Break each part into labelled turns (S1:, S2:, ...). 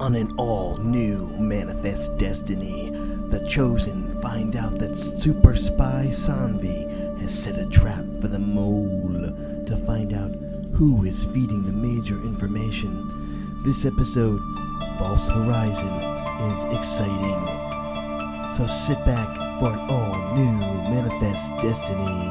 S1: on an all new Manifest Destiny. The Chosen find out that super spy Sanvi has set a trap for the mole to find out who is feeding the major information. This episode, False Horizon, is exciting. So sit back for an all new Manifest Destiny.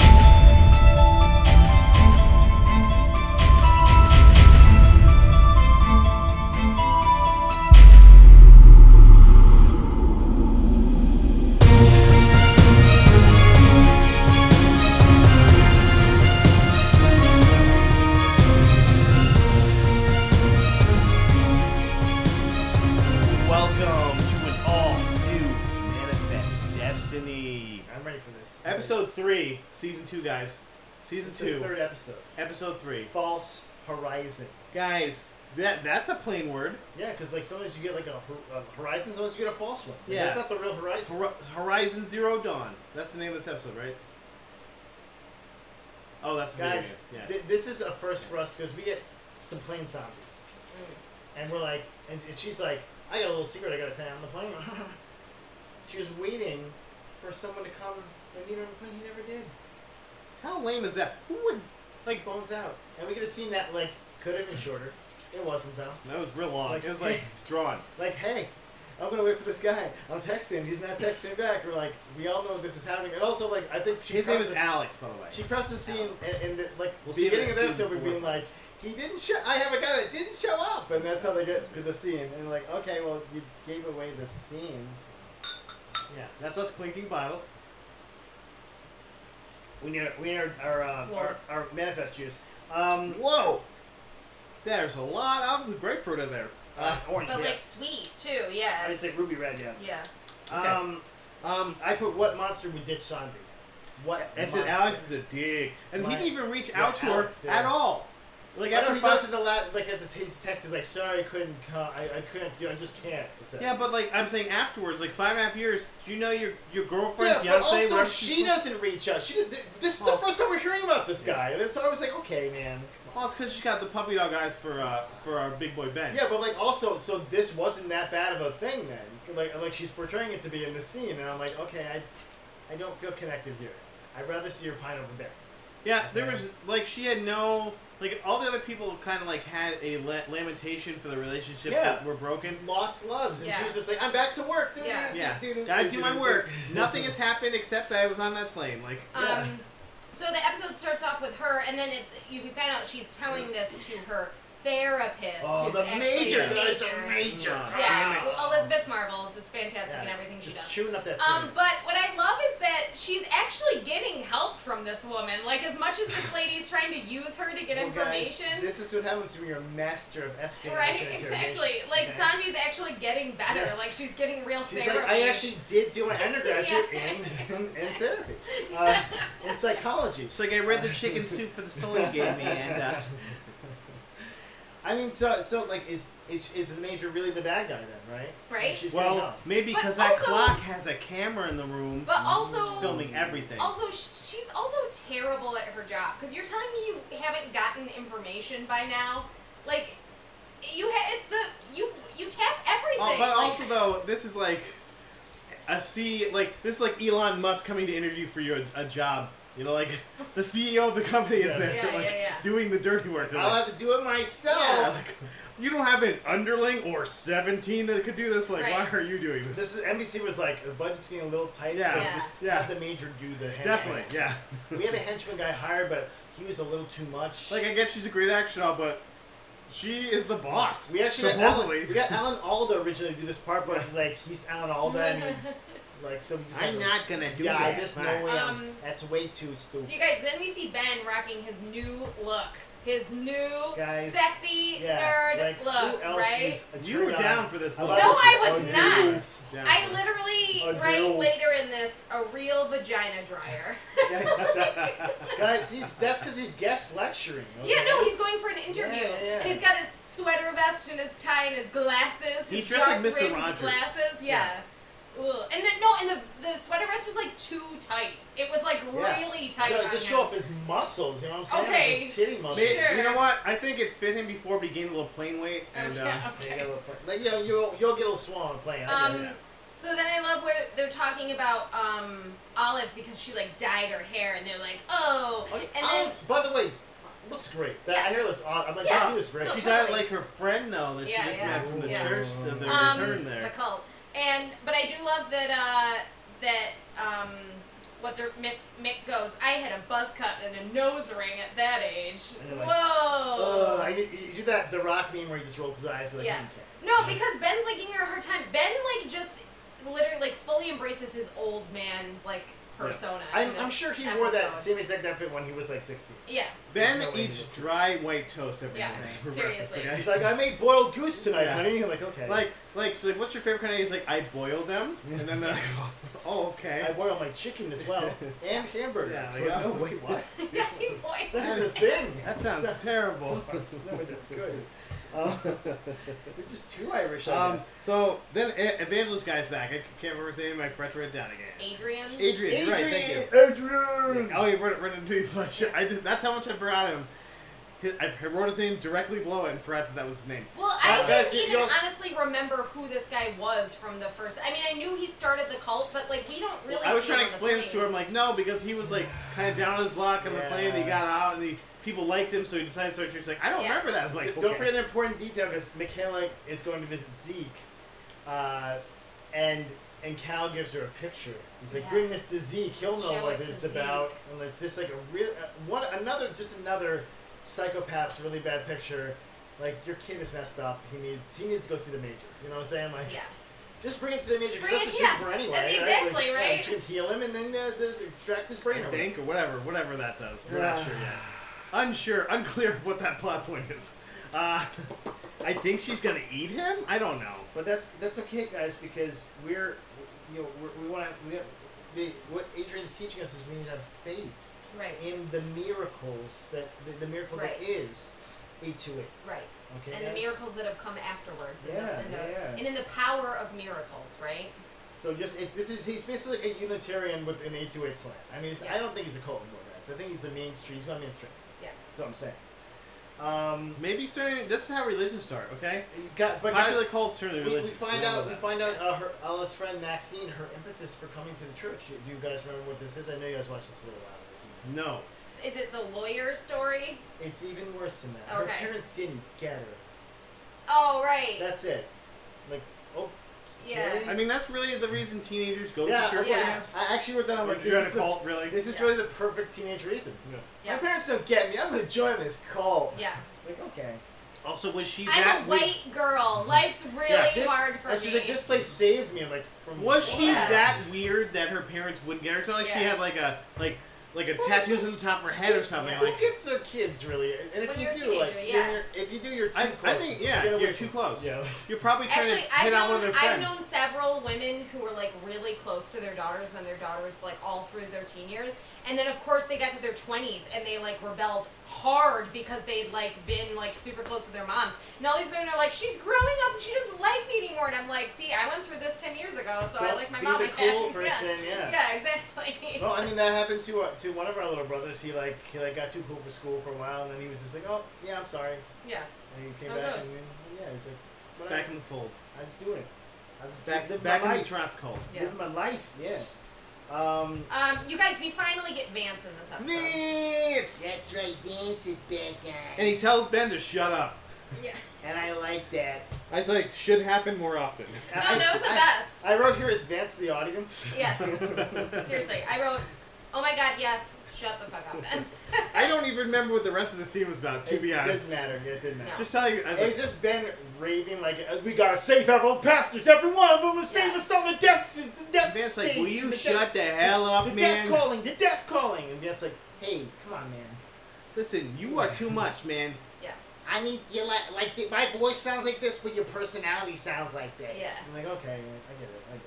S2: Welcome to an all new Manifest Destiny.
S3: I'm ready for this.
S2: Episode 3, Season 2, guys. Season
S3: This is
S2: 2,
S3: the third episode.
S2: Episode 3.
S3: False horizon.
S2: Guys, that that's a plain word.
S3: Yeah, because like sometimes you get like a, hor- a horizon, sometimes you get a false one. Like,
S2: Yeah.
S3: that's not the real horizon.
S2: Hor- Horizon Zero Dawn. That's the name of this episode, right? Oh, that's the
S3: Guys,
S2: video game,
S3: thi- this is a first for us because we get some plane zombie,
S2: Mm.
S3: and we're like, and, and she's like, I got a little secret I gotta tell you on the plane. she was waiting for someone to come and meet her on the plane. He never did.
S2: yeah. How lame is that? Who would?
S3: Like bones out, and we could have seen that. Like could have been shorter. It wasn't though.
S2: That was real long.
S3: Like-
S2: it was like drawn.
S3: like, hey, I'm gonna wait for this guy. I'm texting him. He's not texting me back. We're like, we all know this is happening. And also, like, I think she
S2: His name is
S3: crossed-
S2: Alex, by the way.
S3: She crossed the scene, and, and the, like,
S2: We'll see
S3: the
S2: him
S3: beginning
S2: in
S3: of the
S2: season
S3: episode, we're
S2: four.
S3: being like, he didn't show. I have a guy that didn't show up, and that's how they get to the scene. And like, okay, well, you gave away the scene. Yeah.
S2: That's us clinking bottles.
S3: We need our- we need our our, uh,
S2: Well-
S3: our our manifest juice. Um,
S2: Whoa! There's a lot of grapefruit in there.
S3: uh, orange.
S4: But
S3: yeah.
S4: like sweet too, yes.
S3: I'd say ruby red. Yeah.
S4: Yeah.
S2: Okay.
S3: Um,
S2: Um,
S3: I put what monster would ditch Sandri? What?
S2: That's it.
S3: monster?
S2: Alex is a dig, and
S3: My-
S2: he didn't even reach
S3: Yeah,
S2: out to her
S3: Alex, yeah.
S2: at all. Like
S3: Like I know
S2: after
S3: he
S2: five,
S3: goes into la- like as a t- text, he's like, "Sorry, I couldn't come. I, I couldn't do. I just can't." it says.
S2: yeah, but like I'm saying afterwards, like five and a half years. Do you know your your girlfriend,
S3: yeah, but
S2: fiance,
S3: also
S2: whatever
S3: she
S2: she's-
S3: doesn't reach out. She did, this is
S2: Oh.
S3: the first time we're hearing about this guy, and it's always like, okay, man.
S2: Well, it's because she's got the puppy dog eyes for uh for our big boy Ben.
S3: Yeah, but like also, so this wasn't that bad of a thing then. Like like she's portraying it to be in the scene, and I'm like, okay, I, I don't feel connected here. I'd rather see her pine over there.
S2: Yeah, there was like she had no like all the other people kind of like had a la- lamentation for the relationship
S3: Yeah.
S2: that were broken.
S3: Lost loves, and
S4: Yeah.
S3: she's just like, I'm back to work. Dude,
S4: Yeah.
S2: Yeah, gotta do my work. Nothing has happened except I was on that plane. Like
S4: Um
S3: Yeah.
S4: so the episode starts off with her and then it's you can find out she's telling this to her therapist.
S3: Oh,
S4: who's
S3: the
S4: actually
S3: major.
S4: the
S3: That is a
S4: major.
S3: major.
S2: Aw,
S4: Yeah.
S2: damn it.
S4: well, Elizabeth Marvel, just fantastic in
S3: Yeah,
S4: everything she
S3: Just
S4: does.
S3: chewing up that.
S4: Um,
S3: scene.
S4: but what I love is that she's actually getting help from this woman. Like as much as this lady's trying to use her to get
S3: Well, guys,
S4: information.
S3: this is what happens when you're a master of espionage.
S4: Right,
S3: and
S4: exactly. Like
S3: Okay.
S4: Sanvi's actually getting better.
S3: Yeah.
S4: Like she's getting real
S3: She's
S4: therapy.
S3: like, I actually did do my undergraduate
S4: Yeah.
S3: in, in, therapy, uh, in psychology.
S2: it's like I read the chicken soup for the soul you gave me, and uh,
S3: I mean, so so like, is is is the major really the bad guy then, right?
S4: Right.
S3: She's getting
S2: well
S3: help.
S2: maybe
S4: But
S2: because that
S4: also-
S2: clock has a camera in the room.
S4: But
S2: It's
S4: also,
S2: filming everything.
S4: also sh- she's also terrible at her job. Because you're telling me you haven't gotten information by now. Like, you ha- it's the you you tap everything.
S2: Oh, but
S4: Like,
S2: also though, this is like a C like this is like Elon Musk coming to interview for your a job. You know, like the CEO of the company
S3: Yeah.
S2: is there,
S4: Yeah,
S2: like
S4: yeah, yeah.
S2: doing the dirty work. They're
S3: I'll
S2: like,
S3: have to do it myself.
S2: "Yeah, like, you don't have an underling or seventeen that could do this. Like,
S4: Right.
S2: why are you doing this?
S3: This is NBC was like the budget's getting a little tight,
S2: Yeah.
S3: so
S4: Yeah.
S3: just
S2: Yeah.
S3: have the major do the henchman.
S2: Definitely, yeah.
S3: We had a henchman guy hired, but he was a little too much.
S2: Like, I guess she's a great action all, but she is the boss.
S3: We actually got
S2: supposedly.
S3: Alan, we got Alan Alda originally to do this part, but like he's Alan Alda and he's like so. We just
S2: I'm
S3: had to-
S2: not gonna do
S3: Yeah,
S2: that.
S3: I just
S2: Fine.
S3: know him.
S4: Um,
S3: That's way too stupid.
S4: so you guys, then we see Ben rocking his new look, his new
S3: Guys,
S4: sexy
S3: yeah, like,
S4: nerd
S3: who
S4: look,
S3: else
S4: right?
S3: is a
S2: You were
S3: turd on?
S2: down for this.
S3: I
S2: though.
S3: love
S4: No, I
S3: this.
S4: was
S3: Oh,
S4: not.
S3: dude.
S2: Down
S4: I
S2: for it.
S4: literally
S3: A
S4: write
S3: dilf.
S4: later in this a real vagina dryer.
S3: Guys, he's that's because he's guest lecturing. Okay?
S4: Yeah, no, he's going for an interview,
S3: Yeah, yeah.
S4: and he's got his sweater vest and his tie and his glasses.
S2: He's
S4: His
S2: dressed like
S4: dark
S2: Mr.
S4: rimmed
S2: Rogers.
S4: Glasses, yeah. Ugh. And then no, and the the sweater vest was like too tight. It was like
S3: Yeah.
S4: really tight.
S3: Yeah,
S4: on
S3: like, just
S4: him.
S3: show off his muscles, you know what I'm saying?
S4: Okay.
S3: Like, his titty muscles.
S2: May-
S4: Sure.
S2: You know what? I think it fit him before, but he gained a little plane weight.
S4: Oh,
S2: And, uh,
S4: yeah,
S3: Yeah, um, you
S4: okay.
S3: got a little fl- Like, you know, you'll, you'll get a little swollen playing. I get
S4: Um,
S3: it.
S4: so then I love where they're talking about um, Olive because she like dyed her hair, and they're like, oh,
S3: Oh,
S4: and
S3: Olive,
S4: then
S3: by the way, looks great. That hair looks odd. I'm like,
S4: Yeah.
S3: that dude is great.
S4: No,
S2: uh, she
S3: She's
S2: died
S4: totally.
S2: like her friend though that
S4: Yeah,
S2: she just
S4: yeah.
S2: met from the
S4: Yeah.
S2: church to the
S4: um,
S2: return
S4: the
S2: there.
S4: cult. And but I do love that uh, that um, what's her Miss Mick goes. I had a buzz cut and a nose ring at that age.
S3: And you're like,
S4: Whoa.
S3: Ugh, I, you, you do that, the rock meme where he just rolls his eyes like,
S4: Oh. Yeah.
S3: "Hmm,
S4: No, because Ben's like giving her a hard time. Ben like just literally like fully embraces his old man like persona.
S3: okay."
S4: in
S3: I'm, I'm
S4: this
S3: sure he wore that
S4: episode.
S3: same exact outfit when he was like 60.
S4: Yeah,
S2: Ben
S3: There's no way
S2: eats
S3: he looked-
S2: dry white toast every
S4: Yeah,
S2: night for
S4: seriously.
S2: breakfast.
S3: He's
S2: Okay?
S3: like, I made boiled goose tonight,
S2: Yeah.
S3: honey. You're like, okay.
S2: Like, like, so like, what's your favorite kind of? He's like, I boil them, and then they're like, oh, okay.
S3: uh, I boiled my chicken as well and hamburger.
S2: Yeah,
S3: It's like,
S2: yeah.
S3: no, wait, what?
S4: yeah, he
S3: Is
S4: voiced
S3: that
S4: it.
S3: even a thing?
S2: That sounds terrible.
S3: no, that's good. Uh, they're just too Irish, I
S2: Um,
S3: guess.
S2: so then E- Evangelist guy's back. I can't remember his name. I forgot to write it down again.
S4: Adrian.
S2: Adrian, you're right? Thank you.
S3: Adrian!
S2: Oh, you wrote it right into his like, shit. I did, That's how much I forgot him. His, I I wrote his name directly below it and forgot that that was his name.
S4: Well,
S3: Uh,
S4: I
S3: that's
S4: didn't
S3: it,
S4: even
S3: you'll-
S4: honestly remember who this guy was from the first. I mean, I knew he started the cult, but like we don't really.
S2: I was
S4: see
S2: trying to
S4: him on
S2: explain
S4: the
S2: this to him, like, no, because he was like kind of down on his luck on the
S3: Yeah.
S2: plane, and he got out, and he, people liked him, so he decided to start. He's like, I don't
S4: Yeah.
S2: remember that. I'm like,
S3: Don't
S2: okay.
S3: forget an important detail because Michaela is going to visit Zeke, uh, and and Cal gives her a picture. He's like,
S4: Yeah.
S3: "Bring this to Zeke. He'll know
S4: Show
S3: what
S4: it
S3: this
S4: to
S3: is about."
S4: Zeke.
S3: And it's just like a real uh, one another just another psychopath's really bad picture. Like your kid is messed up. He needs he needs to go see the major. You know what I'm saying? Like,
S4: Yeah.
S3: just bring it to the major. 'cause
S4: Bring
S3: that's
S4: it-
S3: what
S4: yeah,
S3: she's for anyway.
S4: that's
S3: right?
S4: exactly
S3: Like, yeah,
S4: right.
S3: she can heal him and then uh, the, extract his brain.
S2: I
S3: or
S2: think or whatever, whatever that does. We're
S3: Yeah.
S2: not sure yet. Unsure, unclear of what that plot point is. Uh, I think she's gonna eat him. I don't know.
S3: But that's that's okay, guys, because we're you know we're, we want to. We have, the, what Adrian's teaching us is we need to have faith
S4: Right.
S3: in the miracles that the, the miracle
S4: Right.
S3: that is A to eight.
S4: Right.
S3: Okay.
S4: and the
S3: guys?
S4: miracles that have come afterwards. And,
S3: Yeah,
S4: the, and, the,
S3: yeah.
S4: and in the power of miracles, right?
S3: So just it's this is he's basically a Unitarian with an eight to eight slant. I mean, it's, I
S4: Yeah.
S3: don't think he's a cult anymore, guys. I think he's a mainstream. He's not mainstream.
S4: Yeah.
S3: That's what I'm saying. Um,
S2: Maybe starting. This is how religions start. Okay.
S3: you got, but guys,
S2: Popular cults turn into
S3: we, we
S2: religions.
S3: find
S2: know
S3: out we
S2: that.
S3: find out uh, her Ella's friend Maxine her impetus for coming to the church. Do you guys remember what this is? I know you guys watched this a little while ago. so-
S2: No.
S4: Is it the lawyer story?
S3: It's even worse than that. Her
S4: Okay.
S3: parents didn't get her.
S4: Oh, right.
S3: That's it. Like, oh,
S4: yeah.
S2: I mean, that's really the reason teenagers go
S3: yeah.
S2: to church.
S4: Yeah.
S2: I guess.
S3: I actually wrote that. I'm like,
S2: You're in
S3: this
S2: a
S3: is, the,
S2: cult, really?
S3: this is really the perfect teenage reason.
S2: Yeah.
S4: Yeah.
S3: My parents don't get me. I'm gonna join this cult.
S4: yeah.
S3: Like, okay.
S2: Also, was she
S4: I'm
S2: that
S4: a
S2: weak?
S4: white girl. Life's really
S3: yeah, this,
S4: hard for me.
S3: and she's like, this place saved me. I'm like, from
S2: Was she
S4: Yeah.
S2: that weird that her parents wouldn't get her? So like she
S4: Yeah.
S2: had like a like like a
S3: Well,
S2: tattoos
S3: listen,
S2: on the top of her head or something.
S3: Who
S2: Like
S3: gets their kids really? And if
S4: When
S3: you
S4: you're a
S3: do,
S4: teenager,
S3: like,
S4: yeah.
S3: you're- if you do, you're too
S2: I,
S3: close.
S2: I think yeah,
S3: Get away
S2: you're
S3: from
S2: too
S3: it.
S2: close.
S3: Yeah.
S2: You're probably trying
S4: Actually,
S2: to
S4: I've
S2: hit
S4: known,
S2: on one of their
S4: I've
S2: friends.
S4: known several women who were like really close to their daughters when their daughters like all through their teen years, and then of course they got to their twenties and they like rebelled hard because they'd like been like super close to their moms. And all these women are like, she's growing up and she doesn't like me anymore. And I'm like, see, I went through this ten years ago, so
S3: Well,
S4: I like my
S3: be
S4: mom.
S3: the
S4: again."
S3: cool
S4: Yeah.
S3: person, yeah.
S4: Yeah, exactly.
S3: Well, I mean that happened to uh, to one of our little brothers. He like he like got too cool for school for a while, and then he was just like, oh yeah, I'm sorry.
S4: yeah.
S3: And he came
S4: How
S3: back
S4: goes?
S3: and then, yeah, he's like,
S2: It's
S3: whatever.
S2: back in the fold.
S3: I was doing it. I was
S2: Back
S3: living
S2: back
S3: my
S2: in the
S3: life.
S2: trance cult.
S4: Yeah.
S3: Living my life. Yeah. Um.
S4: Um, you guys, we finally get Vance in this episode.
S2: Neat.
S3: That's right, Vince is back
S2: And he tells Ben to shut up.
S4: Yeah.
S3: and I like that.
S2: I was like, should happen more often.
S4: No, that was the best.
S3: I wrote here is Vance the audience.
S4: Yes. Seriously, I wrote, oh my god, yes, shut the fuck up, Ben.
S2: I don't even remember what the rest of the scene was about. To
S3: it
S2: be honest,
S3: doesn't matter. It didn't matter.
S4: No.
S2: just tell you. I was
S3: It's
S2: like,
S3: just Ben raving like uh, we gotta save our old pastors, every one of them, and save
S4: Yeah.
S3: us from the death, the death
S2: Ben's like,
S3: stage
S2: will
S3: and
S2: you
S3: the
S2: shut
S3: death,
S2: the hell up,
S3: the
S2: man?
S3: death calling, the death calling, and Ben's like, hey, come on, man.
S2: Listen, you are too much, man.
S4: Yeah.
S3: I need you like like the, my voice sounds like this, but your personality sounds like this.
S4: Yeah.
S3: I'm like okay, I get it, I get it.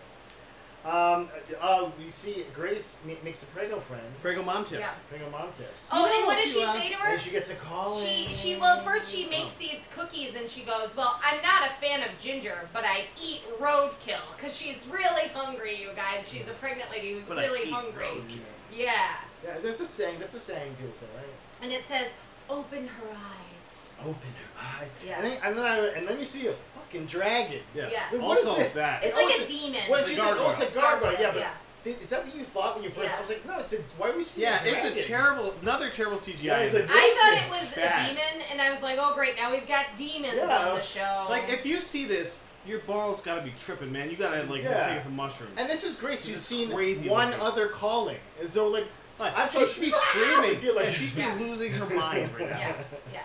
S3: Um, uh, we see Grace ma- makes a prego friend.
S2: Prego mom tips.
S4: Yeah.
S3: Prego mom tips.
S4: Oh, and what
S5: No,
S4: does she
S2: uh,
S5: you are-
S4: say to her?
S3: And she gets a call.
S4: She
S3: in.
S4: she well first she makes these cookies and she goes well I'm not a fan of ginger but I eat roadkill because she's really hungry you guys she's a pregnant lady who's
S2: But I
S4: really
S2: eat
S4: hungry
S2: roadkill.
S4: yeah
S3: Yeah, that's a saying. That's a saying people say, right?
S4: and it says open her eyes
S3: Open her eyes.
S4: Yeah.
S3: And then, and then, I, and then you see a fucking dragon.
S2: Yeah.
S4: Yeah.
S3: So what is
S2: also
S3: this?
S2: that.
S4: it's
S3: Oh,
S4: like a
S3: it's
S4: demon
S3: Well,
S2: It's a
S3: she's like, oh, it's a gargoyle. Yeah, but
S4: yeah
S3: th- is that what you thought when you first?
S4: Yeah.
S3: I was like, no, it's a. Why are we seeing
S2: yeah,
S3: a dragon?
S2: it's a terrible, another terrible CGI.
S3: Yeah, it's a-
S4: I thought it
S3: This
S4: was
S2: is bad.
S4: a demon and I was like oh great now we've got demons
S3: Yeah, I
S4: on the
S3: was-
S4: show
S2: like if you see this, your balls gotta be tripping, man. You gotta like
S3: Yeah.
S2: take some mushrooms.
S3: And this is Grace.
S2: This
S3: You've
S2: is
S3: seen
S2: crazy
S3: one
S2: looking.
S3: other calling, and so like,
S2: Like,
S3: I'm
S2: she
S3: so-
S2: should be screaming.
S3: You're like-
S2: and she should
S4: Yeah.
S2: be losing her mind right now.
S4: yeah yeah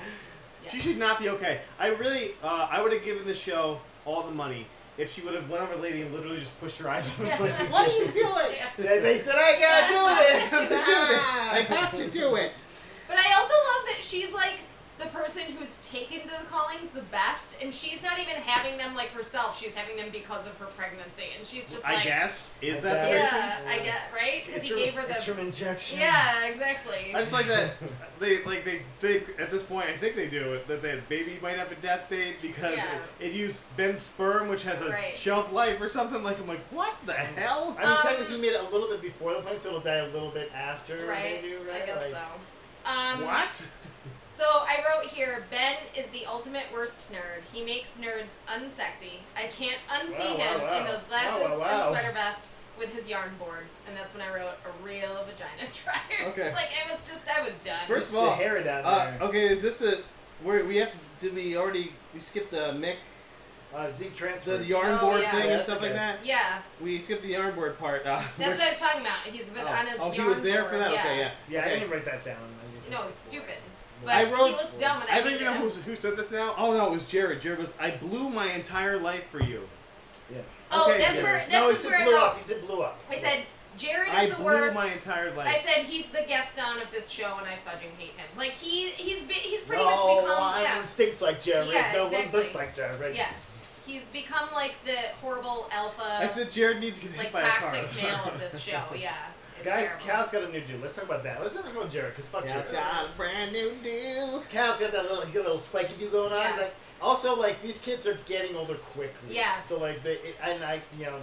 S4: yeah.
S2: She should not be okay. I really, uh, I would have given the show all the money if she would have went over to Lady and literally just pushed her eyes. open.
S4: Yeah.
S2: what are you doing?
S4: Yeah.
S3: they, they said, I gotta do this.
S2: I have to do this. I have to do it.
S4: But I also love that she's like the person who's taken to the callings the best, and she's not even having them like herself. She's having them because of her pregnancy, and she's just
S2: I
S4: like,
S2: guess is
S3: I
S2: that.
S3: guess.
S2: the-
S4: yeah, I get right because
S3: It's
S4: he
S3: from-
S4: gave her
S3: it's
S4: the
S3: from injection.
S4: yeah, exactly.
S2: I just like that they like they think at this point I think they do it that the baby might have a death date because
S4: Yeah.
S2: it, it used Ben's sperm which has a
S4: Right.
S2: shelf life or something like I'm like what the hell
S3: I mean,
S4: Um,
S3: technically, he made it a little bit before the plane, so it'll die a little bit after.
S4: right,
S3: They do, right?
S4: I guess
S3: like,
S4: so. Um,
S2: what
S4: So I wrote here, Ben is the ultimate worst nerd. He makes nerds unsexy. I can't unsee
S3: Wow, wow,
S4: him
S3: wow.
S4: in those glasses
S3: Wow, wow, wow.
S4: and sweater vest with his yarn board. And that's when I wrote a real vagina dryer.
S2: Okay.
S4: like I was just, I was done.
S2: First
S3: There's
S2: of all,
S3: Sahara down
S2: uh,
S3: there.
S2: okay is this a where we have to, did we already we skipped the Mick
S3: Uh, Zeke transfer.
S2: the yarn
S4: Oh,
S2: board
S4: yeah.
S2: thing
S3: Yeah,
S2: and
S3: that's
S2: stuff like
S3: okay.
S2: that
S4: yeah,
S2: we skipped the yarn board part uh,
S4: that's
S2: which-
S4: what I was talking about. He's with
S2: oh,
S4: on his
S2: oh,
S4: yarn
S2: he was there for
S4: board,
S2: that okay yeah
S3: yeah, I
S2: okay.
S3: didn't write that down. I just-
S4: No, it's stupid. But
S2: I
S4: he
S2: wrote-
S4: looked dumb and
S2: I
S4: I,
S2: don't even know
S4: hated
S2: who,
S4: him.
S2: who said this now. Oh no, it was Jared. Jared goes, "I blew my entire life for you."
S3: Yeah.
S4: Oh,
S2: Okay,
S4: that's
S2: Jared.
S4: where, that's
S3: no, he
S4: just
S3: said
S4: where I
S3: blew
S4: wrote-
S3: up. He said blew up.
S4: I said, Jared is
S2: I
S4: the
S2: blew
S4: worst.
S2: my entire life.
S4: I said he's the Gaston of this show, and I fudging hate him. Like he he's be, he's pretty
S3: no,
S4: much become
S3: I
S4: yeah
S3: stinks like Jared.
S4: Yeah,
S3: no
S4: exactly.
S3: one looks like Jared.
S4: yeah he's become like the horrible alpha
S2: I said Jared needs to get
S4: uh, like
S2: hit by a car.
S4: toxic male of this show. Yeah, it's
S3: Guys,
S4: terrible.
S3: Cal's got a new dude. Let's talk about that. Let's not talk about Jared, because fuck
S2: Yeah,
S3: Jared.
S2: it's got a brand new deal.
S3: Cal's got that little, he got a little spiky do going on.
S4: Yeah.
S3: Like, also, like these kids are getting older quickly.
S4: Yeah.
S3: So like they, it, and I, you know,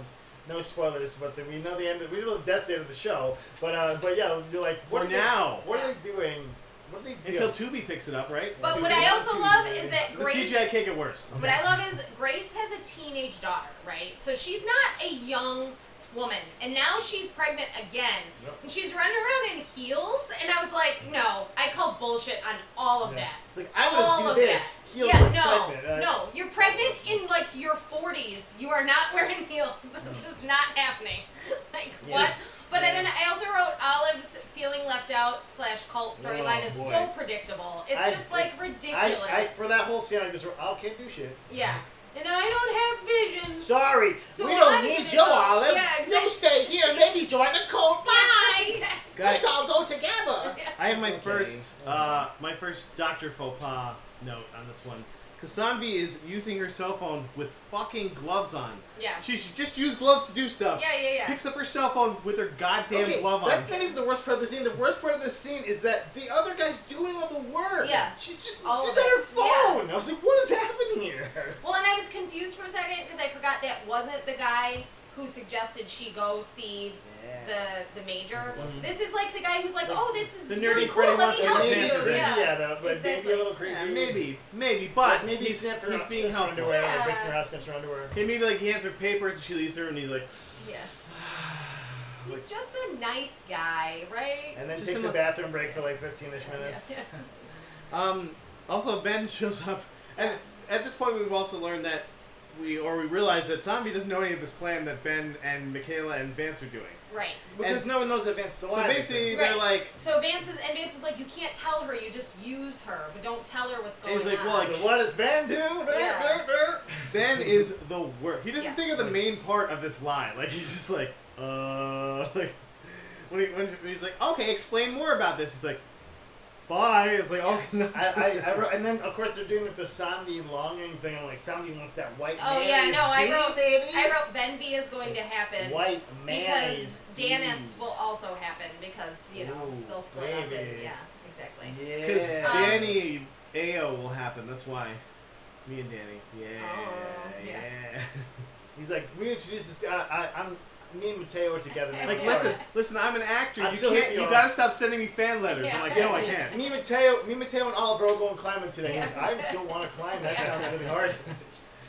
S3: no spoilers, but the, we know the end. Of, we know the death date of the show, but uh, but yeah, you're like, what
S2: For
S3: are
S2: now.
S3: They, what are they doing? What are they doing?
S2: Until Tubi picks it up, right?
S4: But
S2: Tubi-
S4: what I also
S3: Two,
S4: love
S3: yeah.
S4: is that
S2: the
S4: Grace.
S2: CGI can't get worse.
S4: What I love is Grace has a teenage daughter, right? So she's not a young woman, and now she's pregnant again.
S3: Yep.
S4: And she's running around in heels, and I was like, no, I call bullshit on all of
S3: Yeah.
S4: that.
S3: It's like I
S4: all
S3: would
S4: of
S3: do this.
S4: that.
S3: Heels
S4: yeah,
S3: are
S4: no,
S3: pregnant, uh,
S4: no. You're pregnant in like your 40s. You are not wearing heels. It's just not happening. like
S3: Yeah.
S4: what? But
S3: Yeah.
S4: then I also wrote Olive's feeling left out slash cult storyline
S3: Oh,
S4: is
S3: boy.
S4: so predictable. It's
S3: I-
S4: just like
S3: it's-
S4: ridiculous.
S3: I, I, for that whole scene, I just wrote, I can't do shit.
S4: yeah. And I don't have visions.
S3: Sorry,
S4: So
S3: we
S4: I'm
S3: don't need
S4: gonna
S3: you,
S4: go-
S3: Olive.
S4: Yeah,
S3: You
S4: exact-
S3: stay here, maybe join the cult. Bye.
S4: Exactly.
S2: Guys.
S3: Let's all go together.
S4: Yeah.
S2: I have my
S3: Okay.
S2: first, uh, my first Doctor faux pas note on this one. Kasanvi is using her cell phone with fucking gloves on.
S4: Yeah.
S2: She should just use gloves to do stuff.
S4: Yeah, yeah, yeah.
S2: Picks up her cell phone with her goddamn
S3: okay,
S2: glove on.
S3: That's not even the worst part of the scene. The worst part of the scene is that the other guy's doing all the work.
S4: Yeah.
S3: She's just
S4: All
S3: she's
S4: of
S3: on
S4: it.
S3: her phone. I was like, what is happening here?
S4: Well, and I was confused for a second because I forgot that wasn't the guy who suggested she go see the the major.
S3: Mhm.
S4: This is like the guy who's like, oh, this is
S2: The nerdy
S4: really cool.
S2: Freddy
S4: Let
S2: wants
S4: me
S2: to
S4: help you.
S2: dance with
S4: Yeah.
S2: it.
S4: yeah.
S3: yeah, that, but maybe
S4: exactly.
S3: a little creepy.
S2: Yeah, maybe, maybe,
S3: But
S2: but
S3: maybe
S2: he's,
S3: sniff her
S2: he's
S3: up-
S2: being
S3: sniffs her
S2: helpful.
S3: underwear,
S4: Yeah.
S3: breaks in her house, sniffs her underwear.
S2: And maybe like he hands her paper and she leaves her and he's like,
S4: He's just a nice guy, right?
S3: And then
S2: Just
S3: takes
S2: some-
S3: a bathroom break for like 15-ish minutes.
S4: Yeah.
S2: Um, also, Ben shows up, and at this point, we've also learned that we or we realize that Zombie doesn't know any of this plan that Ben and Michaela and Vance are doing.
S4: Right.
S3: Because
S2: And-
S3: no one knows that Vance is
S2: So
S3: alive.
S2: basically, they're
S4: Right.
S2: like,
S4: So Vance is and Vance is like, you can't tell her. You just use her, but don't tell her what's
S2: And
S4: going
S2: he's like,
S4: on.
S2: well, I
S3: so what does Van do?
S4: Yeah.
S2: Ben is the worst. He doesn't
S4: Yeah.
S2: think of the main part of this lie. Like he's just like, uh, like when, he, when he's like, okay, explain more about this. He's like, bye. It's like, oh, no.
S3: I, I, I wrote, and then of course they're doing like the Sandy longing thing. I'm like, Sandy wants that white.
S4: Oh, yeah,
S3: mayonnaise
S4: no, I
S3: D,
S4: wrote-
S3: baby.
S4: I wrote Ben V is going to happen
S3: white
S4: because
S3: mayonnaise
S4: Danis
S3: D.
S4: will also happen because you know
S3: Ooh,
S4: they'll split up and
S3: baby.
S4: yeah, exactly.
S2: Because
S3: Yeah.
S4: Um,
S2: Danny Ao will happen. That's why. Me and Danny. Yeah.
S4: Oh,
S2: yeah.
S4: yeah.
S3: He's like, we introduced this guy. I, I'm me and Mateo are together. Now.
S2: Like,
S3: Sorry.
S2: listen, listen. I'm an actor.
S3: I'm
S2: you
S3: still
S2: can't.
S3: here
S2: You
S3: for you.
S2: gotta stop sending me fan letters. I'm like, no, I
S4: Yeah.
S2: can't.
S3: Me, Mateo, me, Mateo, and Oliver are going climbing today.
S4: Yeah.
S3: I don't want to climb. That
S4: Yeah.
S3: sounds really hard.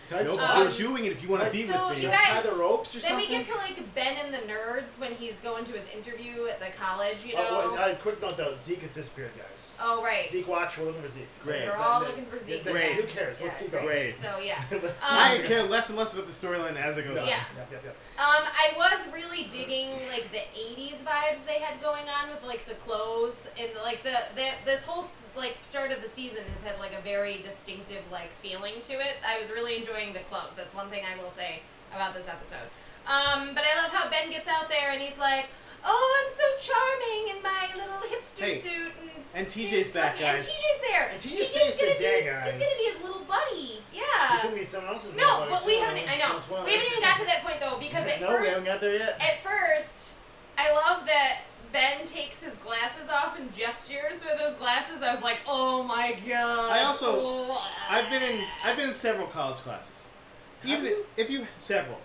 S3: Can I just
S2: Nope,
S4: Um,
S2: we're doing it if you want to
S3: like,
S2: be
S4: so
S2: with me.
S4: you
S3: can
S4: guys-
S3: I tie the ropes or
S4: Then we
S3: something?
S4: get to like Ben and the Nerds when he's going to his interview at the college, you know.
S3: Oh, well, uh, quick note though, Zeke has disappeared, guys.
S4: oh right.
S3: Zeke Watch, we're looking for Zeke.
S2: Great.
S4: We're all
S3: Th-
S4: looking for
S3: th-
S4: Zeke.
S3: th-
S2: Great.
S3: Who cares? Let's
S4: Yeah,
S3: keep
S4: great.
S3: going.
S2: Great.
S4: So yeah.
S3: Let's
S4: Um,
S2: I
S3: keep going.
S2: care less and less about the storyline as it goes
S3: No.
S2: on.
S4: Yeah.
S3: yeah, yeah.
S4: Um, I was really digging like the '80s vibes they had going on with like the clothes and like the, the this whole s- like start of the season has had like a very distinctive like feeling to it. I was really enjoying the clothes. That's one thing I will say about this episode. Um, but I love how Ben gets out there and he's like, "Oh, I'm so charming in my little hipster
S2: Hey,
S4: suit." And,
S2: and
S4: Steve's
S2: TJ's back,
S4: looking- And
S2: guys.
S4: TJ's there.
S3: And TJ saves the
S4: gonna
S3: day,
S4: be,
S3: guys.
S4: He's gonna be his little buddy.
S3: This
S4: Yeah.
S3: should be someone else's
S4: Um, No,
S3: nobody,
S4: but we
S3: so
S4: haven't. I know.
S3: it's one of
S4: We haven't
S3: those-
S4: even got to that point though, because at
S3: no,
S4: first
S3: we haven't got there yet.
S4: at first, I love that Ben takes his glasses off and gestures with his glasses. I was like, oh my god.
S2: I also-
S4: Blah.
S2: I've been in I've been in several college classes. Even if you several,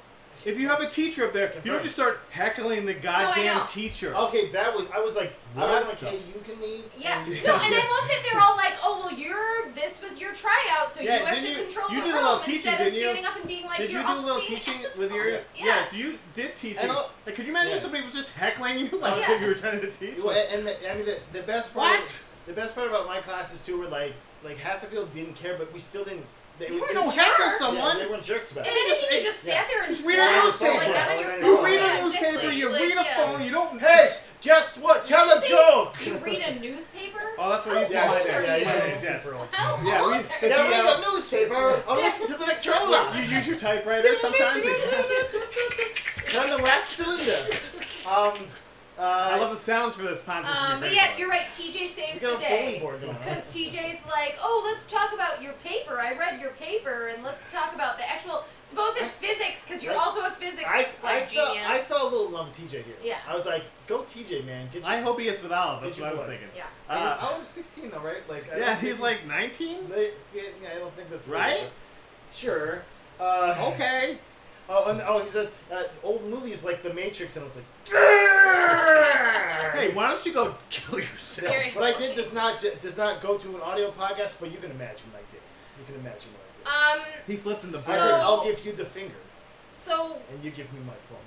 S2: if you have a teacher up there, you don't just start heckling the goddamn
S4: know. Oh,
S2: teacher.
S3: Okay, that was. I was like, I
S2: What
S3: was like,
S2: the-
S3: hey, you can leave.
S4: Yeah.
S3: and
S4: No,
S3: you-
S4: and I love that they're all like, oh, well, you're, this was your tryout, so
S2: Yeah,
S4: you have to
S2: didn't you-
S4: control
S2: you
S4: the
S2: did a
S4: room
S2: little teaching,
S4: instead of
S2: didn't you?
S4: standing up and being like,
S2: did you
S4: you're
S2: do a little teaching with your?
S4: Yeah.
S2: Yes, you did teaching.
S3: And I'll-
S2: Like, could you imagine if
S3: Yeah.
S2: somebody was just heckling you like
S4: Yeah.
S2: you were trying to teach?
S3: Well, and the, I mean, the, the best part.
S2: What?
S3: The best part about my classes too were like, like half the people didn't care, but we still didn't. They,
S4: You
S3: we-
S4: weren't
S3: they-
S2: no
S4: jerks.
S2: heckle
S3: yeah,
S2: someone.
S3: they weren't jerks about
S4: If
S3: it.
S4: anything, you
S2: It's-
S4: just sat there and
S2: Just read a
S4: scrolled,
S2: newspaper.
S4: Like, got on your
S3: You
S4: phone.
S2: You read
S4: Yeah,
S2: a newspaper,
S4: exactly.
S2: you
S4: Like,
S2: read a
S4: yeah.
S2: phone, you don't.
S3: Hey, guess what? Tell a
S4: Say-
S3: joke.
S4: You read a newspaper?
S2: Oh, that's what
S4: How
S2: you
S4: old
S2: said.
S4: are
S2: Yeah,
S4: you?
S2: yeah, yeah, yeah.
S4: How
S2: Yeah,
S4: old
S2: we-
S4: are you?
S3: Yeah, read a newspaper. I'll listen to the Victrola.
S2: You use your typewriter sometimes.
S3: Turn the wax cylinder. Um, uh,
S2: I love the sounds for this podcast.
S4: Um, but yeah, you're right. TJ
S3: we
S4: saves the
S3: got a Foley
S4: day.
S3: board going on.
S4: Because TJ's like, oh, let's talk about your paper. I read your paper, and let's talk about the actual supposed physics, because you're
S3: I-
S4: also a physics
S3: I, I,
S4: like
S3: felt,
S4: genius.
S3: I felt a little love of TJ here.
S4: Yeah.
S3: I was like, go TJ, man. Get your,
S2: I hope he gets with Olive. That's
S3: Did
S2: what I
S3: you
S2: was
S3: what?
S2: thinking.
S4: yeah.
S2: Uh,
S3: I was 16 though, right? Like, I
S2: yeah,
S3: don't
S2: he's
S3: think-
S2: like 19.
S3: They- yeah, yeah, I don't think that's legal.
S2: Right?
S3: Sure. Uh,
S2: Okay.
S3: Oh, and oh, he says uh, old movies like The Matrix, and I was like,
S2: Hey,
S3: hey,
S2: why don't you go kill yourself?
S4: Seriously.
S3: what I did does not ju- does not go to an audio podcast, but you can imagine what I did. You can imagine what
S4: Um.
S2: He flipped in the
S3: I did. I said, I'll
S4: So,
S3: give you the finger,
S4: so
S3: and you give me my phone.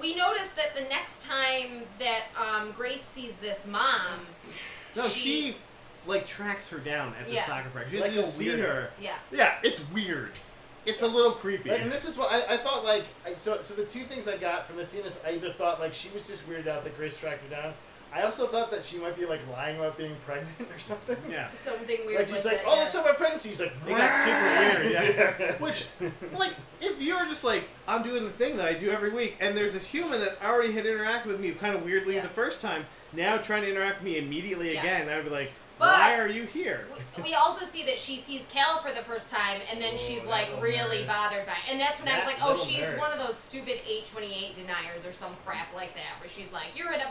S4: we noticed that the next time that um, Grace sees this mom,
S2: No, she like tracks her down at the
S4: Yeah.
S2: soccer practice. She's
S3: Like a
S2: just seen
S3: weirdo.
S2: her.
S4: yeah.
S2: Yeah, it's weird. It's a little creepy.
S3: Like, and this is what I, I thought. Like, I, so so the two things I got from this scene is I either thought like she was just weirded out that Grace tracked her down. I also thought that she might be like lying about being pregnant or something.
S2: Yeah.
S4: Something weird.
S3: Like she's
S4: with
S3: like,
S4: it,
S3: oh,
S4: yeah.
S3: let's talk about pregnancy. He's like,
S2: It got super weird, yeah.
S3: Yeah.
S2: Which, like, if you're just like, I'm doing the thing that I do every week, and there's this human that already had interacted with me kind of weirdly
S4: Yeah.
S2: the first time, now trying to interact with me immediately
S4: Yeah.
S2: again, I'd be like,
S4: But-
S2: why are you here?
S4: We- we also see that she sees Cal for the first time, and then
S3: Oh,
S4: she's
S3: that
S4: like
S3: little
S4: really
S3: nerd.
S4: bothered by. It. And that's when I was
S3: That
S4: like, oh,
S3: little
S4: she's
S3: nerd.
S4: one of those stupid eight twenty eight deniers or some crap like that, where she's like, you're an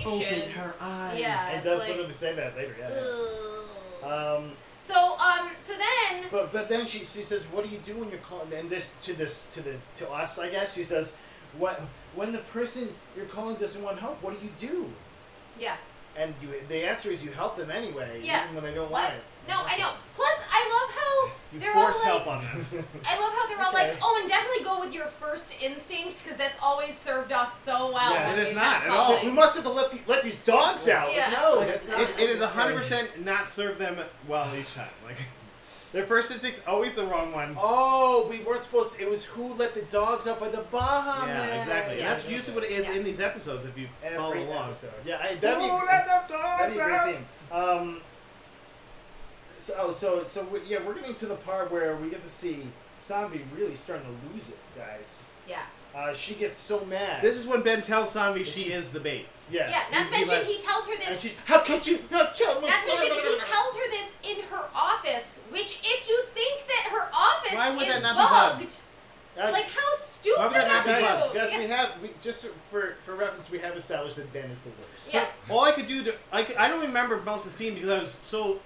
S4: abomination.
S2: eyes.
S4: Yeah.
S3: It
S4: It's
S3: does
S4: like-
S3: literally say that later, yeah.
S4: Ugh.
S3: Um,
S4: So um, so then
S3: but but then she, she says, "What do you do when you're calling?" And this to this to the to us, I guess she says, "What when the person you're calling doesn't want help? What do you do?"
S4: yeah,
S3: And you, the answer is you help them anyway,
S4: Yeah.
S3: even when they don't
S4: what?
S3: want it.
S4: No, I know. Plus, I
S2: You
S4: love how they're all
S2: force
S4: like,
S2: help on them.
S4: I love how they're all
S3: Okay.
S4: like, oh, and definitely go with your first instinct because that's always served us so well.
S3: Yeah,
S4: when
S2: it is
S4: we've
S2: not
S4: done
S2: at all.
S4: college.
S3: Oh, We must have let the, let these dogs out.
S4: Yeah.
S3: No,
S4: Like,
S3: that's
S4: it's
S3: not.
S2: It, it is
S3: okay.
S2: 100% not serve them well each time. Like, their first instinct's always the wrong one.
S3: Oh, we weren't supposed. to... It was who let the dogs out by the Bahamas.
S2: yeah, exactly.
S4: yeah.
S2: That's usually what it is
S4: Yeah.
S2: in these episodes if you follow
S3: Every
S2: along.
S3: episode. Yeah, I, that'd be.
S2: Who let the dogs
S3: That'd be a
S2: out?
S3: great theme. Um, so, oh, so, so we, yeah, we're getting to the part where we get to see Zombie really starting to lose it, guys.
S4: Yeah.
S3: Uh, she gets so mad.
S2: This is when Ben tells Zombie she
S3: She's-
S2: is the bait.
S3: yeah.
S4: Yeah, not to
S2: He's
S4: mention
S2: like-
S4: he tells her
S3: And
S4: this
S3: she's, how could you not tell me?
S4: Not to mention, he tells her this in her office, which if you think that her office
S2: Why would
S4: is
S2: that not be
S4: bugged,
S2: bugged?
S3: Uh,
S4: like how stupid
S2: Why would that not be
S4: are you?
S2: bugged?
S3: guys,
S4: Yeah.
S3: we have we, just for for reference, we have established that Ben is the worst.
S4: Yeah.
S2: All I could do to I, could- I don't remember most of the scene because I was so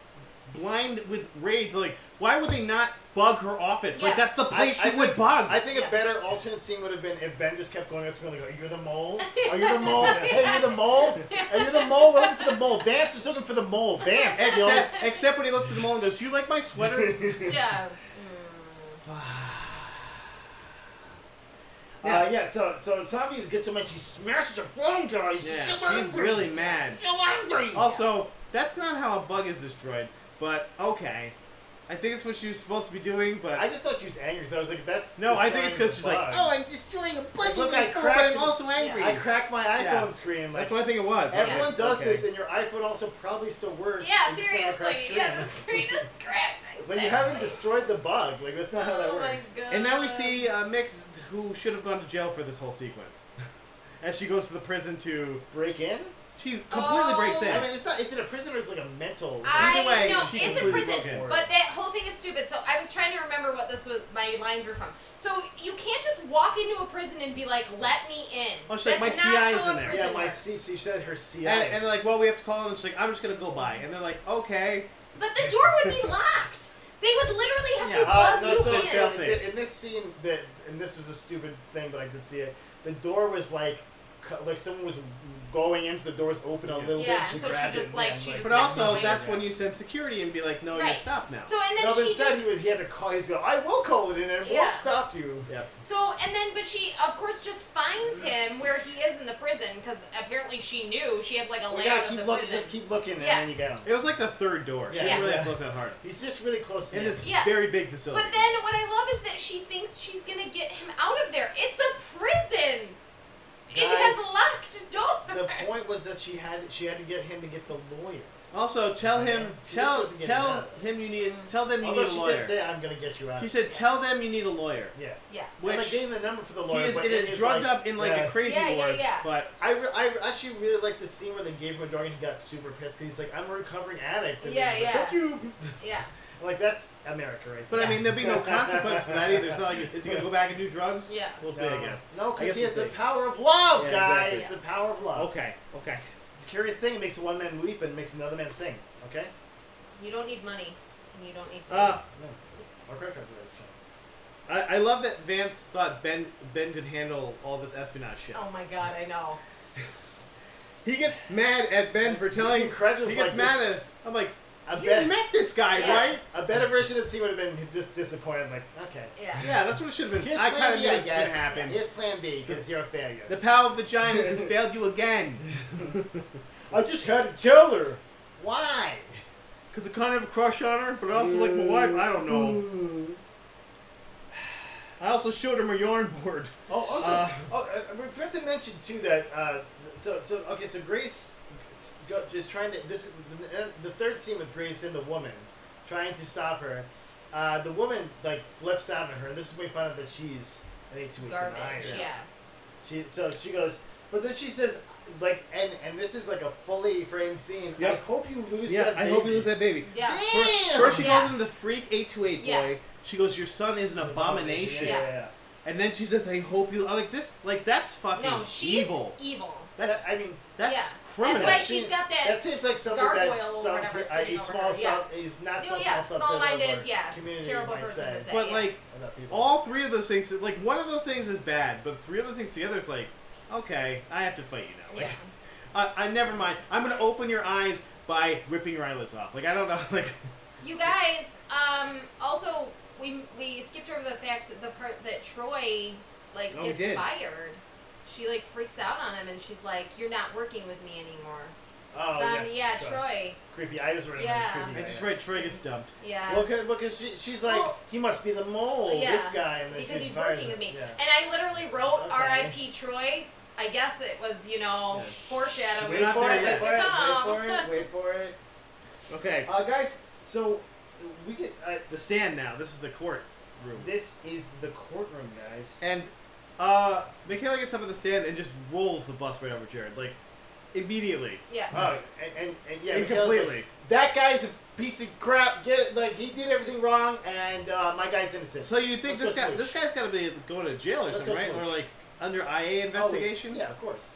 S2: blind with rage. Like, why would they not bug her office? Like
S4: Yeah.
S2: that's the place
S3: I- I
S2: she would
S3: think-
S2: bug.
S3: I think
S4: Yeah.
S3: a better alternate scene would have been if Ben just kept going up to me and like, "Are you the mole? Are you the mole? Hey, are you the mole? Are you the mole? We're looking for the mole. Vance is looking for the mole. Vance, yo."
S2: except, except when he looks at the mole and goes, "You like my sweater?"
S4: Yeah. Mm.
S3: Uh, yeah, so so zombie gets him and she smashes a blind guy. She's
S2: yeah,
S3: so
S2: she's
S3: angry.
S2: really mad.
S3: so angry.
S2: Also, that's not how a bug is destroyed. But okay, I think it's what she was supposed to be doing. But
S3: I just thought she was angry, so I was like, "That's
S2: no,
S3: the
S2: I think it's
S3: sign of
S2: because
S3: a
S2: she's like,
S3: bug.
S2: "Oh, I'm destroying a bug,
S3: Look,
S2: in
S3: I
S2: my phone,
S3: cracked
S2: but I'm
S3: it."
S2: also angry."
S3: I cracked my iPhone
S2: Yeah.
S3: screen." Like,
S2: That's what I think it was. I was
S3: Everyone
S2: like,
S3: does
S2: okay.
S3: this, and your iPhone also probably still works.
S4: Yeah,
S3: It's just not a cracked
S4: seriously. Yeah, the
S3: screen.
S4: screen is cracked.
S3: When you haven't destroyed the bug, like that's not how that
S4: oh
S3: works.
S4: My God.
S2: And now we see uh, Mick, who should have gone to jail for this whole sequence, as she goes to the prison to.
S3: Break in?
S2: She completely
S4: Oh.
S2: breaks in.
S3: I mean, it's not. Is it a prison or is it like a mental?
S4: I
S2: Either way,
S4: no,
S2: she
S4: it's a
S2: completely
S4: prison,
S2: broke in.
S4: but that whole thing is stupid. So I was trying to remember what this was. My lines were from. So you can't just walk into a prison and be like, "Let me in."
S2: Oh, she's like,
S4: That's
S2: "My
S4: not
S2: CI is
S4: how a
S2: in there."
S4: prison
S3: yeah, my
S4: works.
S3: C. She said her CI.
S2: and, and they're like, well, we have to call him. She's like, I'm just gonna go by. And they're like, okay.
S4: But the door would be locked. They would literally have to
S2: Yeah,
S3: Uh,
S4: buzz
S3: no,
S4: you
S3: so,
S4: in.
S3: so
S2: Chelsea.
S3: in, in this scene, that and this was a stupid thing, but I did see it. The door was like, cu- like someone was going into the doors open a little
S4: Yeah,
S3: bit.
S4: and
S3: And
S4: so she
S3: grabbed it,
S4: just, like,
S3: yeah,
S4: she
S3: like-
S4: just
S2: But also,
S4: definitely-
S2: that's when you send security and be like, no, you
S4: Right.
S2: stop now.
S4: So and then
S3: No, but
S4: she
S3: instead
S4: just
S3: he, was, he had to call. He's go. I will call it in, and it
S4: Yeah.
S3: won't stop you.
S2: yeah.
S4: so and then but she of course just finds him where he is in the prison because apparently she knew she had like a
S3: We gotta
S4: layout of the
S3: keep looking. Just
S4: prison.
S3: keep looking, and
S4: Yeah.
S3: then you get him.
S2: It was like the third door. She
S3: Yeah.
S2: didn't really
S3: Yeah.
S2: have to look that hard.
S3: He's just really close to
S2: In
S3: the
S2: this
S4: Yeah.
S2: very big facility.
S4: But then what I love is that she thinks she's gonna get him out of there. It's a prison. it has
S3: Guys,
S4: locked doors.
S3: The point was that she had she had to get him to get the lawyer.
S2: also, tell him,
S3: She
S2: tell,
S3: doesn't get
S2: tell
S3: mad.
S2: him you need, tell them you
S3: Although
S2: need
S3: she
S2: a lawyer.
S3: did say, "I'm gonna get you out."
S2: she said, tell them you need a lawyer.
S3: "Yeah."
S4: yeah.
S3: Which, I
S2: Which he
S3: gave him the number for the lawyer.
S2: is,
S3: but
S2: it
S3: it
S2: is drugged
S3: like-
S2: up in like
S3: yeah.
S2: a crazy
S4: Yeah, yeah,
S2: ward.
S4: yeah.
S2: But
S3: I, re- I re- actually really like the scene where they gave him a dog and he got super pissed because he's like, "I'm a recovering addict." And
S4: Yeah,
S3: he's like,
S4: yeah.
S3: Fuck you.
S4: Yeah.
S3: like that's America, right?
S2: But
S3: there.
S2: I mean, there'd be no consequence for that either. It's not like, is he going to go back and do drugs?
S4: Yeah.
S2: We'll
S3: no,
S2: see, I guess.
S3: No,
S2: I
S3: because
S2: guess
S3: he has
S2: we'll
S3: the
S2: see.
S3: power of love,
S2: Yeah,
S3: guys.
S2: exactly.
S4: Yeah.
S3: The power of love.
S2: Okay, okay.
S3: It's a curious thing. It makes one man weep and makes another man sing. Okay.
S4: You don't need money, and you don't need food.
S2: Uh,
S3: No. Our credit card bill is strong.
S2: I, I love that Vance thought Ben Ben could handle all this espionage shit.
S4: oh my god, I know.
S2: He gets mad at Ben for telling.
S3: incredulous
S2: He gets
S3: like
S2: mad at. I'm like,
S3: I
S2: you
S3: bet-
S2: met this guy,
S4: Yeah.
S2: right?
S3: A better version of C would have been just disappointed, like, okay.
S4: Yeah.
S2: Yeah, that's what it should have been.
S3: Here's
S2: I kind
S3: plan
S2: of
S3: B,
S2: knew
S3: I
S2: this was gonna
S3: guess.
S2: happen.
S3: Here's plan B, because you're a failure.
S2: The power of vaginas has failed you again.
S3: I just had to tell her. Why?
S2: Cause I kind of have a crush on her, but I also like my wife. I don't know.
S3: Mm.
S2: I also showed him a yarn board.
S3: Oh, also,
S2: Uh,
S3: oh, uh, we forgot to mention too that uh, so so okay, so Grace s- go- is trying to this is the, the third scene with Grace and the woman trying to stop her. Uh, the woman like flips out on her, and this is when we find out that she's an eight two eight
S4: Garbage.
S3: denier.
S4: yeah.
S3: She so she goes, but then she says like, and and this is like a fully framed scene. I
S2: Yeah.
S3: hope you lose
S2: Yeah,
S3: that.
S2: I hope
S3: baby."
S2: he was that baby.
S4: Yeah.
S2: First, first she
S4: Yeah.
S2: calls him the freak 828 boy.
S4: Yeah.
S2: She goes, your son is an abomination.
S4: Yeah.
S2: And then she says, I hope you... I'm like, this... Like, that's fucking
S4: No, she's
S2: evil.
S4: evil.
S2: That's...
S3: That- I mean,
S2: That's
S4: yeah.
S2: criminal.
S4: That's why
S3: She-
S4: she's got that.
S3: that seems like something
S4: Gargoyle or
S3: that
S4: whatever
S3: some,
S4: sitting
S3: a
S4: over
S3: small,
S4: her, yeah.
S3: sub, is not so
S4: Oh, yeah,
S3: small, subset of
S4: small-minded,
S3: our
S4: yeah,
S3: community
S4: terrible
S3: might
S4: person
S3: say.
S4: would say.
S2: but,
S4: yeah.
S2: like,
S3: About people.
S2: all three of those things... Like, one of those things is bad, but three of those things together is like, okay, I have to fight you now.
S4: yeah.
S2: Like, I, I never mind. I'm going to open your eyes by ripping your eyelids off. Like, I don't know. Like,
S4: You guys, um, also we we skipped over the fact that the part that Troy like
S2: Oh, we
S4: gets
S2: did.
S4: fired. She like freaks out on him and she's like, "You're not working with me anymore."
S3: oh,
S4: Son,
S3: yes,
S4: yeah,
S3: so
S4: Troy.
S3: Creepy. I just remember
S4: Yeah.
S3: creepy.
S2: I
S3: guy,
S2: just
S3: yeah.
S2: write Troy gets dumped.
S4: Yeah.
S3: Well, cause, because she, she's like,
S4: Well-
S3: he must be the mole.
S4: Yeah,
S3: This guy. And then
S4: because
S3: she
S4: he's
S3: fires
S4: working
S3: him.
S4: with me.
S3: Yeah.
S4: And I literally wrote
S3: Okay.
S4: R.I.P. Troy. I guess it was, you know,
S2: Yeah.
S4: foreshadowing.
S3: Wait
S2: We're not
S3: for
S2: there
S3: it.
S2: yet.
S3: Wait for it.
S4: Come.
S3: Wait for it. Wait for it.
S2: Okay.
S3: Uh, guys, so we get. Uh,
S2: The stand now. This is the court. room.
S3: This is the courtroom, guys.
S2: And uh, Michaela gets up on the stand and just rolls the bus right over Jared, like immediately,
S4: Yeah.
S3: Oh, and, and, and yeah, Mikhail's like,
S2: incompletely.
S3: that guy's a piece of crap. Get it? Like he did everything wrong, and uh, my guy's innocent.
S2: So you think this
S3: Let's go
S2: guy,
S3: switch.
S2: this guy's got to be going to jail or
S3: Let's
S2: something,
S3: go
S2: right? Or
S3: switch.
S2: like under IA
S3: Oh, wait,
S2: investigation.
S3: yeah, of course.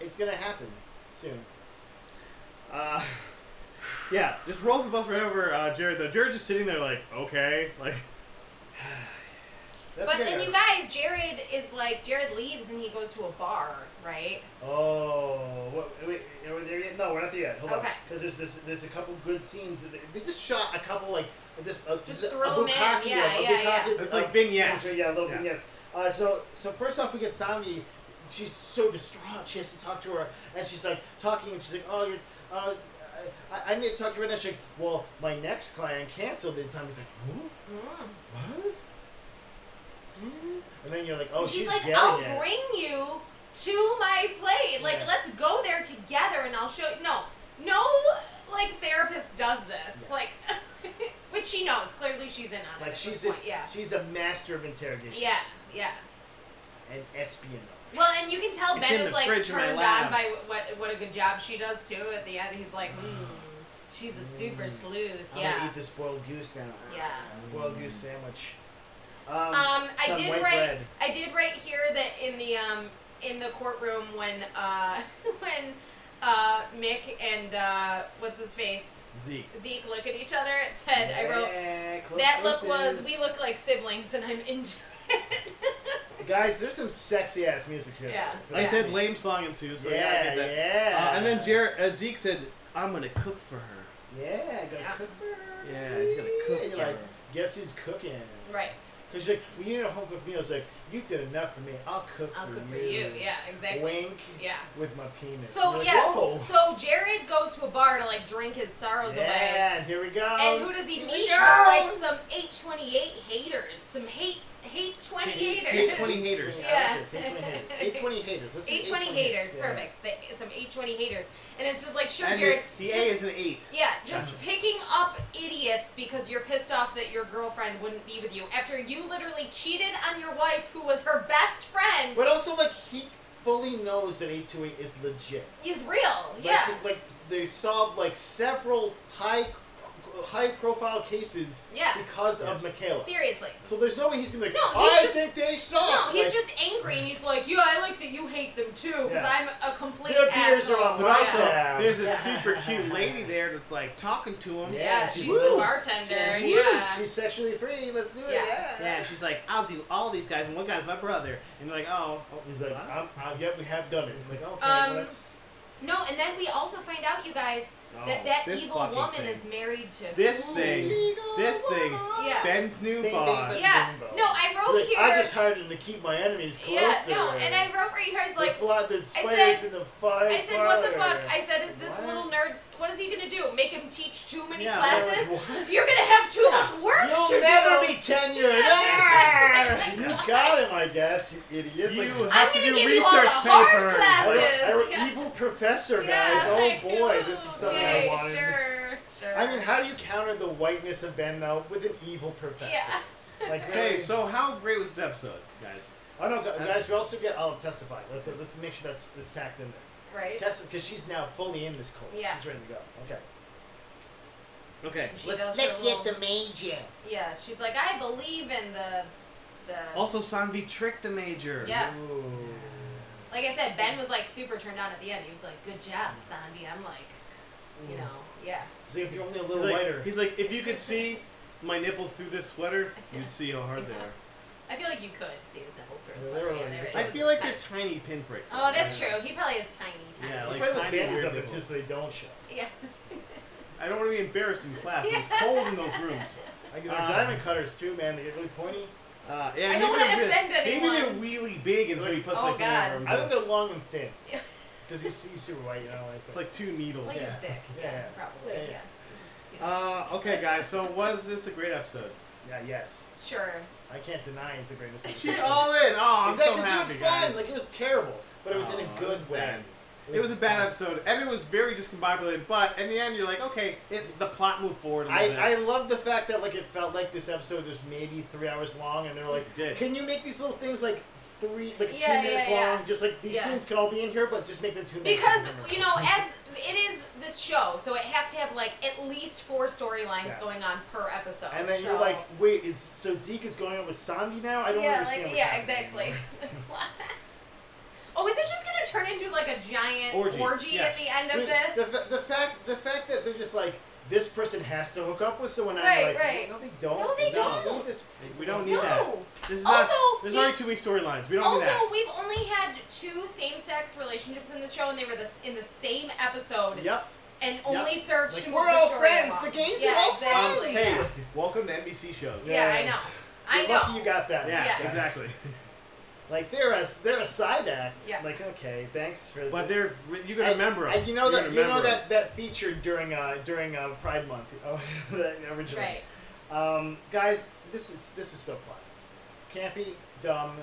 S3: It's gonna happen soon.
S2: Uh, yeah, just rolls the bus right over uh, Jared. Though Jared's just sitting there, like, okay, like,
S3: That's
S4: But
S3: okay,
S4: then
S3: guys.
S4: you guys, Jared is like Jared leaves and he goes to a bar, right?
S3: Oh, what, wait, are we there yet? No, we're not there yet. Hold on.
S4: Okay.
S3: Because there's, there's there's a couple good scenes. That they, they just shot a couple like this. Uh,
S4: Just
S3: a
S4: throw 'em in.
S3: bukkake,
S4: Yeah,
S3: a
S4: yeah, yeah.
S3: bukkake,
S2: it's
S3: uh,
S2: like vignettes.
S3: Yeah, yeah, little
S2: Yeah.
S3: vignettes. Uh, so so first off, we get Sami. She's so distraught. She has to talk to her, and she's like talking, and she's like, "Oh, you're." Uh, I, I need to talk to her, and she's like, "Well, my next client canceled." And Sami's like, "Who?
S4: Mm.
S3: What?" Hmm? And then you're like, "Oh,
S4: And she's, like,
S3: getting
S4: I'll
S3: it."
S4: bring you to my plate. Like,
S3: Yeah.
S4: let's go there together, and I'll show. No, no, like therapist does this.
S3: Yeah.
S4: Like, which she knows clearly. She's in on it.
S3: Like
S4: at
S3: she's
S4: this
S3: a,
S4: point. yeah,
S3: she's a master of interrogation.
S4: yeah, yeah.
S3: And espionage.
S4: Well, and you can tell
S2: It's in
S4: Ben
S2: the
S4: is like
S2: fridge in my
S4: turned
S2: lab.
S4: on by what what a good job she does too. At the end, he's like, hmm, she's a super
S3: Mm.
S4: sleuth.
S3: I'm gonna
S4: Yeah.
S3: eat this boiled goose now.
S4: Yeah.
S3: Boiled goose sandwich. Um,
S4: Um, I
S3: some
S4: did
S3: white
S4: write.
S3: bread.
S4: I did write here that in the um in the courtroom when uh when uh Mick and uh what's his face
S2: Zeke.
S4: Zeke look at each other, it said I wrote
S3: Yeah, close
S4: that look was
S3: voices.
S4: we look like siblings and I'm into it.
S3: Guys, there's some sexy ass music here.
S4: Yeah.
S3: For
S2: Like I
S3: this
S2: said,
S3: scene.
S2: lame song ensues. So
S3: yeah,
S2: yeah, I get that.
S3: yeah.
S2: Uh, and then Jared, uh, Zeke said, "I'm gonna cook for her."
S3: Yeah, gonna
S4: Yeah.
S3: cook for her.
S2: Yeah, he's gonna cook
S3: And
S2: for
S3: you're like,
S2: her.
S3: guess who's cooking?
S4: right.
S3: Because like, when you need a home cooked meal, it's like, you did enough for me. I'll cook
S4: I'll
S3: for
S4: cook
S3: you.
S4: for you. Yeah, exactly.
S3: Wink
S4: Yeah.
S3: with my penis.
S4: So
S3: You're like,
S4: yes,
S3: Whoa.
S4: so Jared goes to a bar to like drink his sorrows away.
S3: yeah, and here we go.
S4: And who does he
S3: Here we
S4: meet?
S3: go.
S4: Like some 828 haters, some hate hate 20 haters.
S2: Hate 20 haters.
S4: Yeah.
S3: I like this. 820 haters. 820 haters. Let's do
S4: 820 haters,
S3: Yeah.
S4: perfect. The, some 820 haters. And it's just like, sure,
S2: And
S4: Jared.
S2: the, the
S4: just,
S2: A is an eight.
S4: yeah, just picking up idiots because you're pissed off that your girlfriend wouldn't be with you after you literally cheated on your wife, who was her best friend,
S3: But also, like, he fully knows that 828 is legit.
S4: is real.
S3: Like,
S4: Yeah.
S3: he- like, they solved, like, several high high profile cases
S4: Yeah.
S3: because
S2: Yes.
S3: of Michaela.
S4: Seriously.
S3: So there's no way he's gonna be like,
S4: No, he's
S3: I
S4: just-
S3: think they
S4: No,
S3: suck.
S4: he's
S3: like,
S4: just angry and he's like, yeah, I like that you hate them too because
S3: Yeah.
S4: I'm a complete
S3: Their beers
S4: asshole.
S3: are on
S2: But
S3: my
S4: Yeah.
S2: also,
S3: Yeah.
S2: there's a super cute lady there that's like talking to him.
S4: Yeah,
S3: Yeah,
S4: she's,
S3: she's-
S4: the
S3: Woo.
S4: bartender.
S3: Yeah, she's,
S4: yeah.
S3: she's sexually free. Let's do it.
S4: Yeah.
S3: Yeah.
S2: Yeah, she's like, I'll do all these guys, and one guy's my brother. And you're like, oh, oh,
S3: He's like,
S2: what?
S3: I'm, I'm, yep, we have done it. I'm like, okay,
S4: Um,
S3: let's.
S4: no, and then we also find out, you guys,
S2: Oh,
S4: that that
S2: this
S4: evil
S2: fucking
S4: woman
S2: thing.
S4: is married to
S2: This
S4: who?
S2: thing. This thing.
S4: Yeah.
S2: Ben's new
S3: Bing, bing,
S2: boss.
S3: bing.
S4: Yeah.
S3: Limbo.
S4: No, I wrote
S3: Look,
S4: Oh, here.
S3: I just hired him to keep my enemies closer.
S4: yeah. No, and I wrote right here. I was
S3: They
S4: like,
S3: flood the
S4: said-
S3: flares in the fire.
S4: I said, what the fuck? I said, is this
S3: What?
S4: little nerd? What is he gonna do? Make him teach too many
S2: Yeah, I
S4: classes?
S3: what?
S4: You're gonna have too
S3: Yeah.
S4: much work
S3: You'll
S4: to
S3: never
S4: do.
S3: be tenured.
S4: Yeah,
S3: Ah!
S4: exactly.
S3: you got him, I guess, you idiot.
S2: You
S3: Like,
S2: have to
S4: gonna
S2: do
S4: give you all the
S2: research
S4: hard
S2: papers.
S3: I
S4: classes.
S3: wrote- I wrote
S4: Yeah.
S3: evil professor,
S4: Yeah,
S3: guys.
S4: like,
S3: oh boy, this is something
S4: okay,
S3: I wanted.
S4: Sure, sure.
S3: I mean, how do you counter the whiteness of Ben though with an evil professor?
S4: Yeah.
S3: Like,
S2: Okay,
S3: really?
S2: so how great was this episode, guys?
S3: I don't know,
S2: That's-
S3: guys. We also get. I'll testify. Let's let's make sure that's, that's tacked in there.
S4: right?
S3: Tessa, because she's now fully in this cult.
S4: Yeah.
S3: She's ready to go. Okay.
S2: Okay.
S4: She does her little-
S3: major.
S4: Yeah, she's like, I believe in the, the.
S2: Also, Sanvi tricked the major.
S4: Yeah.
S3: Ooh.
S4: Like I said, Ben was like super turned on at the end. He was like, "Good job, Sandy." I'm like, you
S3: Mm.
S4: know, yeah.
S3: So if you're only a
S2: He's
S3: little
S2: like,
S3: lighter.
S2: he's like, if you could see my nipples through this sweater, you'd see how hard they are.
S4: I feel like you could see his nipples through his
S3: Yeah,
S4: sweater.
S3: they're
S4: Yeah,
S3: really
S4: there
S3: good.
S2: I
S4: it is.
S2: feel like they're
S4: It's tight.
S2: tiny pinpricks.
S4: Oh, that's true. He probably is tiny, tiny.
S2: Yeah,
S3: He
S2: like-
S3: probably was
S2: tiny
S3: bandaged
S2: weird
S3: up there
S2: people.
S3: too, so they don't show.
S4: yeah.
S2: I don't want to be embarrassed in class. It's cold in those rooms.
S3: Like they're
S2: Uh,
S3: diamond cutters too, man. They get really pointy.
S2: Uh, yeah,
S4: I don't
S2: maybe
S4: wanna
S2: they're
S4: offend
S2: really,
S4: anyone.
S2: Maybe they're really big, and so he puts
S4: Oh,
S2: like something
S4: God.
S2: over them.
S3: I think they're long and thin.
S4: Yeah.
S3: Because he's, he's super white, you know. It's
S2: It's
S3: like,
S2: like two needles.
S4: like
S3: Yeah.
S4: his dick. Yeah,
S3: Yeah.
S4: probably. Yeah.
S3: Yeah, yeah.
S4: Just, you know.
S2: Uh, okay, guys. So was this a great episode?
S3: yeah, yes.
S4: sure.
S3: I can't deny it, the greatest.
S2: She all in. Oh, I'm
S3: Exactly,
S2: so
S3: 'cause
S2: happy,
S3: it was fun.
S2: guys.
S3: Like it was terrible, but it was in
S2: Oh,
S3: a
S2: it was
S3: good way.
S2: bad. It was a bad episode, and it was very discombobulated. But in the end, you're like, okay, it, the plot moved forward. A little
S3: I,
S2: bit.
S3: I love the fact that like it felt like this episode was maybe three hours long, and they were like,
S2: It did.
S3: "Can you make these little things like three, like
S4: Yeah, yeah,
S3: two minutes
S4: yeah.
S3: long? Just like these
S4: Yeah.
S3: scenes could all be in here, but just make them two minutes."
S4: Because
S3: long."
S4: you know, as it is this show, so it has to have like at least four storylines
S3: Yeah.
S4: going on per episode.
S3: and then
S4: so.
S3: you're like, "Wait, is so Zeke is going out with Sandy now? I don't
S4: yeah,
S3: understand."
S4: like
S3: what's
S4: yeah,
S3: happening
S4: exactly.
S3: anymore."
S4: what? Oh, is it just gonna turn into like a giant
S2: Orgy,
S4: orgy,
S2: yes.
S4: at the end of
S3: Dude,
S4: this?
S3: the, fa- the fact the fact that they're just like this person has to hook up with someone. and
S4: Right,
S3: you're like,
S4: right.
S3: No, they don't.
S4: No, they don't.
S3: look at this-
S2: we don't need
S4: no.
S2: that. This is not.
S4: Also,
S2: There's
S4: the-
S2: only two week storylines. We don't
S4: Also,
S2: need that.
S4: we've only had two same-sex relationships in the show, and they were this in the same episode,
S3: Yep.
S4: and only served
S3: Like,
S4: to
S3: we're
S4: move the
S3: all
S4: story
S3: friends.
S4: along.
S3: The gays
S4: yeah,
S3: are all
S4: exactly.
S2: Um, hey, welcome to NBC shows.
S4: Yeah,
S2: Yeah,
S3: Yeah.
S4: I know. I
S3: You're
S4: know.
S3: Lucky you got that.
S4: Yeah.
S3: guys.
S2: exactly.
S3: Like they're a they're a side act.
S4: Yeah.
S3: Like okay, thanks for.
S2: But
S3: the,
S2: they're you can remember
S3: And-
S2: 'em.
S3: and you know
S2: You're
S3: that
S2: gonna
S3: you know
S2: remember 'em.
S3: that that featured during uh during uh Pride Month oh, that originally.
S4: Right.
S3: Um, guys, this is this is so fun. Campy, dumb,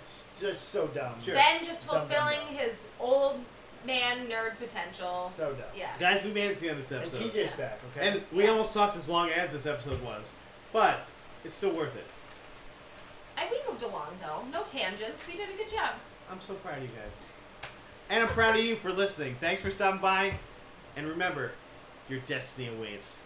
S3: s- just so dumb.
S2: Sure.
S4: Ben just
S3: Dumb, dumb,
S4: fulfilling
S3: dumb.
S4: his old man nerd potential.
S3: So dumb.
S4: yeah.
S2: guys, we made it to the end of this
S3: And
S2: episode.
S3: TJ's back. Okay.
S2: And we
S4: Yeah.
S2: almost talked as long as this episode was, but it's still worth it.
S4: I, we moved along though. No tangents. We did a good job.
S2: I'm so proud of you guys. And I'm proud of you for listening. Thanks for stopping by. And remember, your destiny awaits.